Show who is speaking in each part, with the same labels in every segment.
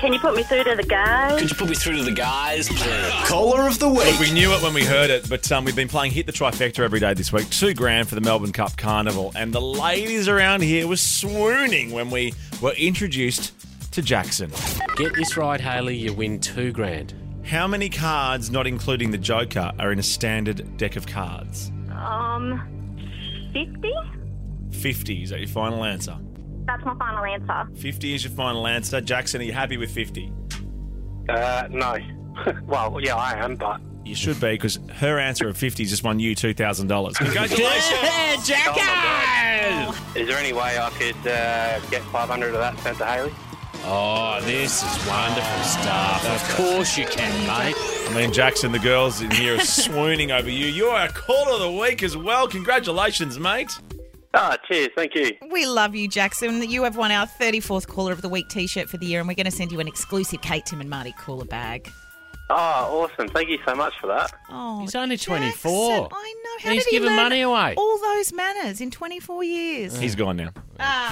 Speaker 1: Can you put me through to the guys?
Speaker 2: Could you put me through to the guys, please?
Speaker 3: Caller of the week.
Speaker 4: We knew it when we heard it, but um, we've been playing Hit the Trifecta every day this week. Two grand for the Melbourne Cup Carnival. And the ladies around here were swooning when we were introduced to Jackson.
Speaker 2: Get this right, Haley. You win two grand.
Speaker 4: How many cards, not including the Joker, are in a standard deck of cards?
Speaker 1: Um, 50?
Speaker 4: 50. Is that your final answer?
Speaker 1: That's my final answer.
Speaker 4: 50 is your final answer. Jackson, are you happy with 50?
Speaker 5: Uh, no. well, yeah, I am, but
Speaker 4: You should be, because her answer of 50 just won you $2,000. Congratulations!
Speaker 2: Oh,
Speaker 5: is there any way I could uh, get 500 of that sent to Haley?
Speaker 2: Oh, this is wonderful stuff. Of course you can, mate.
Speaker 4: I mean, Jackson, the girls in here are swooning over you. You're our caller of the week as well. Congratulations, mate.
Speaker 5: Ah, cheers, thank you.
Speaker 6: We love you, Jackson. You have won our 34th Caller of the Week t shirt for the year, and we're going to send you an exclusive Kate, Tim, and Marty cooler bag.
Speaker 5: Ah, awesome, thank you so much for that.
Speaker 6: Oh,
Speaker 2: He's only
Speaker 6: Jackson,
Speaker 2: 24.
Speaker 6: I know. How
Speaker 2: He's
Speaker 6: did he
Speaker 2: giving
Speaker 6: learn
Speaker 2: money away.
Speaker 6: All those manners in 24 years.
Speaker 4: He's gone now.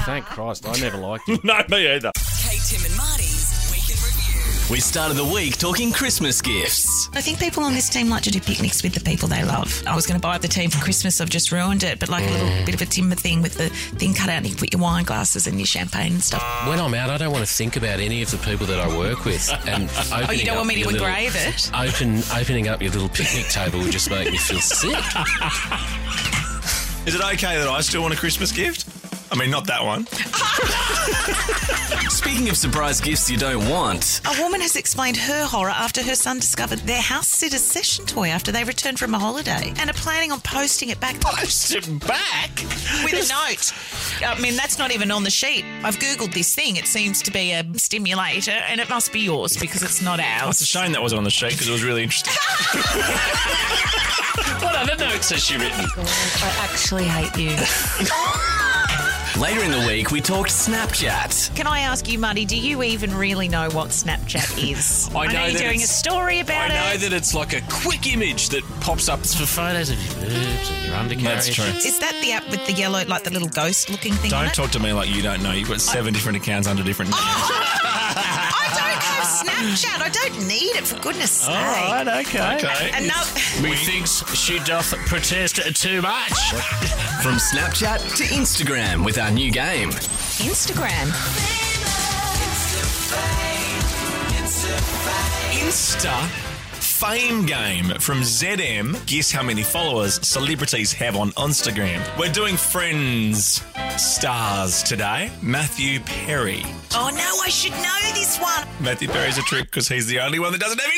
Speaker 2: Thank Christ, I never liked you.
Speaker 4: no, me either.
Speaker 7: Kate, Tim, and Marty's Weekend Review.
Speaker 2: We started the week talking Christmas gifts.
Speaker 6: I think people on this team like to do picnics with the people they love. I was going to buy the team for Christmas, I've just ruined it, but like a little bit of a timber thing with the thing cut out and you put your wine glasses and your champagne and stuff.
Speaker 2: When I'm out, I don't want to think about any of the people that I work with. And oh,
Speaker 6: you don't want me to engrave it?
Speaker 2: Open, opening up your little picnic table would just make me feel sick.
Speaker 3: Is it okay that I still want a Christmas gift? I mean, not that one.
Speaker 8: Speaking of surprise gifts you don't want,
Speaker 6: A woman has explained her horror after her son discovered their house sitter's session toy after they returned from a holiday and are planning on posting it back. Post it back? With a note. I mean, that's not even on the sheet. I've Googled this thing. It seems to be a stimulator and it must be yours because it's not
Speaker 3: It's a
Speaker 6: ours.
Speaker 3: shame that wasn't on the sheet because it was really interesting.
Speaker 2: what other notes has she written?
Speaker 7: I actually hate you.
Speaker 8: later in the week we talked Snapchat.
Speaker 6: Can I ask you, Marty, do you even really know what Snapchat is?
Speaker 8: I know
Speaker 6: you're
Speaker 8: that
Speaker 6: doing a
Speaker 8: it's-
Speaker 6: story about it.
Speaker 8: I know that it's like a quick image that pops up.
Speaker 2: It's for photos of your boobs and your undercarriage.
Speaker 3: That's true.
Speaker 6: Is that the app with the yellow, like the little ghost looking thing on
Speaker 3: Don't
Speaker 6: it?
Speaker 3: talk to me like you don't know. You've got seven different accounts under different
Speaker 8: Ah!
Speaker 3: names.
Speaker 6: I don't have Snapchat. I don't need it, for goodness sake.
Speaker 4: okay.
Speaker 3: Okay.
Speaker 6: And now,
Speaker 2: Methinks she doth protest too much.
Speaker 8: From Snapchat to Instagram with our new game.
Speaker 6: Instagram.
Speaker 3: Insta Fame Game from ZM. Guess how many followers celebrities have on Instagram? We're doing Friends stars today. Matthew Perry.
Speaker 6: Oh no, I should know this one.
Speaker 3: Matthew Perry's a trick because he's the only one that doesn't have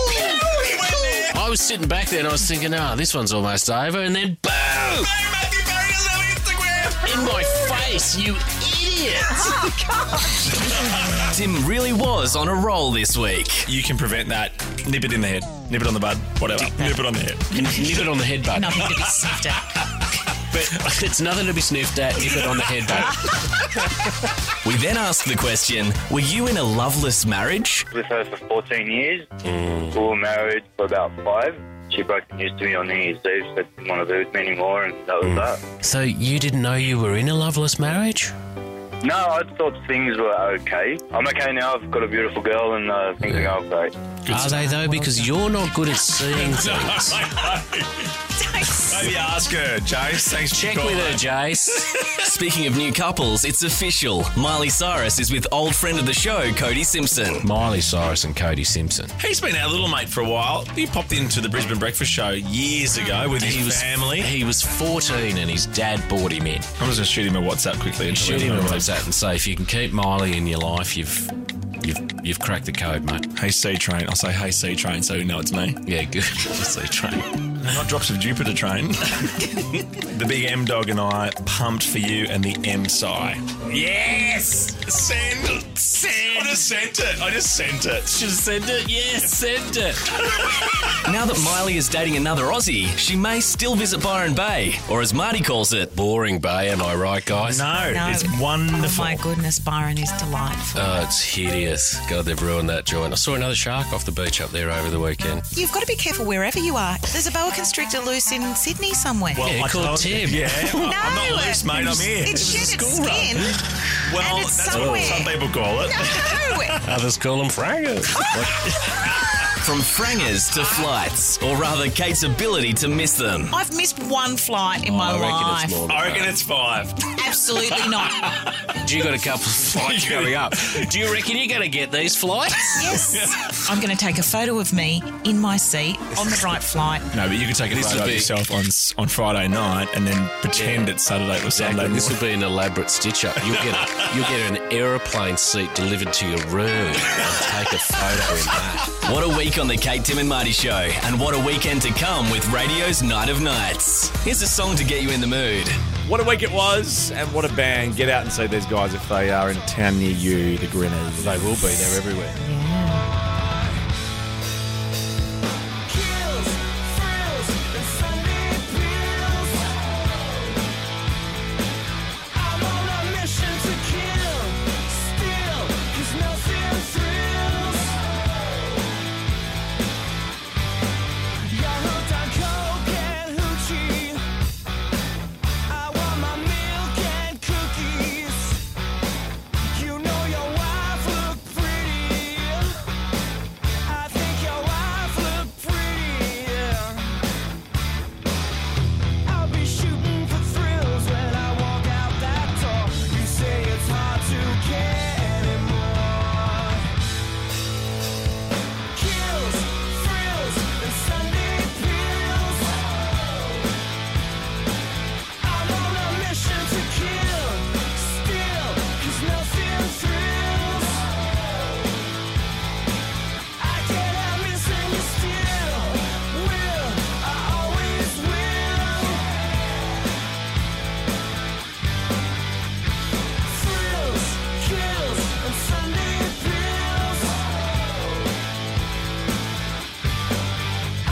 Speaker 3: Instagram.
Speaker 2: I was sitting back there and I was thinking, ah, this one's almost over, and then boom!
Speaker 3: Matthew Perry doesn't have Instagram.
Speaker 2: In my face, you idiot!
Speaker 8: Tim really was on a roll this week.
Speaker 3: You can prevent that. Nip it in the head. Nip it on the bud. Whatever. Nip it on the head.
Speaker 2: And nip it on the head, bud.
Speaker 6: Nothing to be sniffed at.
Speaker 2: But it's nothing to be sniffed at. Nip it on the head, bud.
Speaker 8: We then asked the question Were you in a loveless marriage?
Speaker 5: With her for 14 years. We were married for about five. She broke the news to me on New Year's Eve, said she didn't want to be with me anymore, and that was that.
Speaker 2: So you didn't know you were in a loveless marriage?
Speaker 5: No, I thought things were okay. I'm okay now. I've got a beautiful girl, and uh, things are going great.
Speaker 2: Are they though? Because you're not good at seeing things.
Speaker 3: Maybe ask her, James. Thanks for
Speaker 2: Check
Speaker 3: calling.
Speaker 2: with her, Jace.
Speaker 8: Speaking of new couples, it's official. Miley Cyrus is with old friend of the show, Cody Simpson.
Speaker 2: Miley Cyrus and Cody Simpson.
Speaker 3: He's been our little mate for a while. He popped into the Brisbane Breakfast Show years ago with his
Speaker 2: He was
Speaker 3: family.
Speaker 2: He was 14 and his dad bought him in.
Speaker 3: I'm just going to shoot him a WhatsApp quickly. And
Speaker 2: Shoot
Speaker 3: delete
Speaker 2: him a
Speaker 3: it.
Speaker 2: WhatsApp and say, if you can keep Miley in your life, you've you've you've cracked the code, mate.
Speaker 3: Hey, C Train. I'll say, hey, C Train, so you know it's me.
Speaker 2: Yeah, good.
Speaker 3: C Train. Not Drops of Jupiter Train. the big M Dog and I pumped for you and the M Psy. Yes! Send! Send! I just sent it. I just sent it.
Speaker 2: Just send it. Yes, send it.
Speaker 8: Now that Miley is dating another Aussie, she may still visit Byron Bay, or as Marty calls it,
Speaker 2: Boring Bay, am I right, guys?
Speaker 3: No,
Speaker 6: No.
Speaker 3: it's
Speaker 6: Oh
Speaker 3: wonderful.
Speaker 6: my goodness, Byron is delightful.
Speaker 2: Oh, it's hideous. God, they've ruined that joint. I saw another shark off the beach up there over the weekend.
Speaker 6: You've got to be careful wherever you are. There's a boa constrictor loose in Sydney somewhere.
Speaker 2: Yeah,
Speaker 3: I
Speaker 2: call
Speaker 3: told-
Speaker 2: Tim.
Speaker 3: Yeah,
Speaker 6: no,
Speaker 3: I'm not loose, mate. I'm here.
Speaker 6: It's shed its skin.
Speaker 3: well,
Speaker 6: and it's
Speaker 3: that's
Speaker 6: somewhere.
Speaker 3: what some people call it.
Speaker 6: No.
Speaker 2: Others call them frangers.
Speaker 8: From frangers to flights, or rather, Kate's ability to miss them.
Speaker 6: I've missed one flight in my
Speaker 2: I reckon
Speaker 6: life.
Speaker 2: it's more than
Speaker 3: Oh, I reckon it's five.
Speaker 6: Absolutely not.
Speaker 2: You got a couple of flights coming up. Do you reckon you're going to get these flights?
Speaker 6: Yes. I'm going to take a photo of me in my seat on the right flight.
Speaker 3: No, but you could take a
Speaker 2: This
Speaker 3: photo
Speaker 2: would
Speaker 3: of
Speaker 2: be-
Speaker 3: yourself on on Friday night and then pretend it's Saturday or Sunday.
Speaker 2: Exactly. This will
Speaker 3: morning.
Speaker 2: be an elaborate stitch up. You'll get a, you'll get an aeroplane seat delivered to your room and take a photo in that.
Speaker 8: What a week on the Kate, Tim, and Marty show, and what a weekend to come with radio's Night of Nights. Here's a song to get you in the mood.
Speaker 4: What a week it was, and what a bang. Get out and see these guys if they are in a town near you, the Grinners. They will be, they're everywhere.
Speaker 9: You know your wife look pretty. I think your wife look pretty, yeah. I'll be shooting for thrills when I walk out that door. You say it's hard to care anymore. Kills, thrills, and Sunday pills. I'm on a mission to kill, still, 'cause nothing thrills. I get out missing you still. Will I always will? Thrills, kills, and Sunday pills.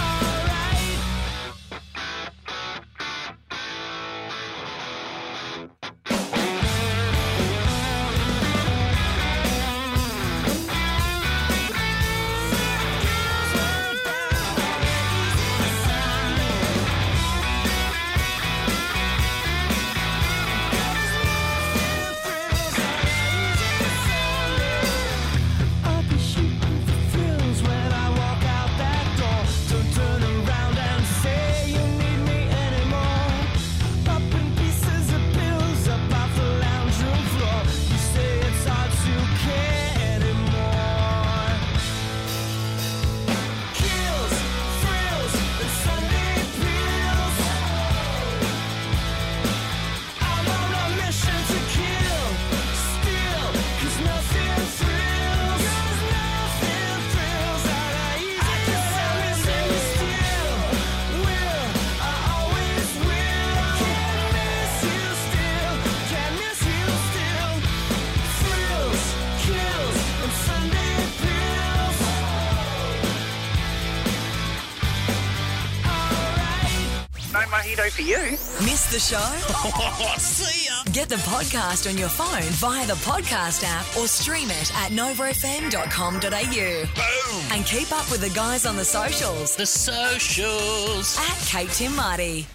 Speaker 9: Alright. I'll be shooting for thrills when I walk out that door. Don't turn around and say you need me anymore. Up in pieces of pills up off the lounge room floor. You say it's hard to care anymore. Kills, thrills, and Sunday pills. I'm on a mission to kill, still, 'cause nothing thrills. nothing thrills that I I get out missing still. Will I always will? Can't miss you still. Can't miss you still. Thrills, kills, and Sunday pills. Alright.
Speaker 7: Miss the show? See ya. Get the podcast on your phone via the podcast app or stream it at novrofm.com.au. Boom! And keep up with the guys on the socials
Speaker 2: The socials.
Speaker 7: at Kate Tim Marty.